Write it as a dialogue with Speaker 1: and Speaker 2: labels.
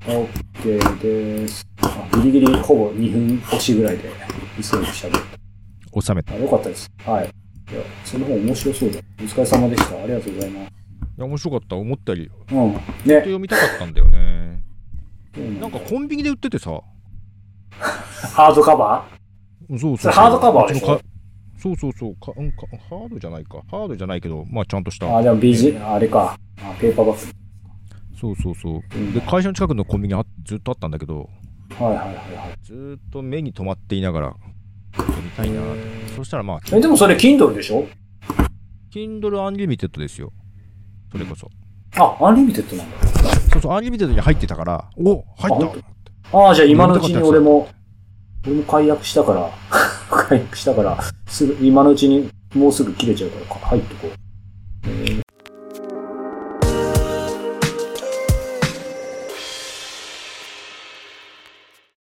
Speaker 1: OK です。あギリギリほぼ2分押しぐらいで急いで喋っ
Speaker 2: 収めた。い
Speaker 1: た。あよかったです。はい。いや、その方面白そうだ。お疲れ様でした。ありがとうございます。
Speaker 2: や、面白かった。思ったより。ずっ
Speaker 1: うん。
Speaker 2: と
Speaker 1: ね。
Speaker 2: 読みたかったんだよね。
Speaker 1: うん
Speaker 2: なんかコンビニで売っててさ。
Speaker 1: ハードカバ
Speaker 2: そうそう
Speaker 1: それハードカバーでしょ
Speaker 2: うちのかそうそうそうか、うんか。ハードじゃないか。ハードじゃないけど、まあちゃんとした。
Speaker 1: ーあ、でも BG、あれか。あペーパーバッ
Speaker 2: そうそうそう。
Speaker 1: グ。
Speaker 2: で、会社の近くのコンビニあずっとあったんだけど、
Speaker 1: はいはいはいはい。
Speaker 2: ずーっと目に留まっていながら、読みたいなーって。そしたらまあ、
Speaker 1: え、でもそれ Kindle でしょ
Speaker 2: Kindle Unlimited ですよ。それこそ。
Speaker 1: あ、アンリミテッドなんだ。
Speaker 2: そうそう、Unlimited に入ってたから、お入
Speaker 1: あ
Speaker 2: っ
Speaker 1: 本
Speaker 2: た
Speaker 1: 当ああ、じゃあ今のうちに俺も、俺も解約 したから、解約したから、すぐ、今のうちにもうすぐ切れちゃうからか入ってこう。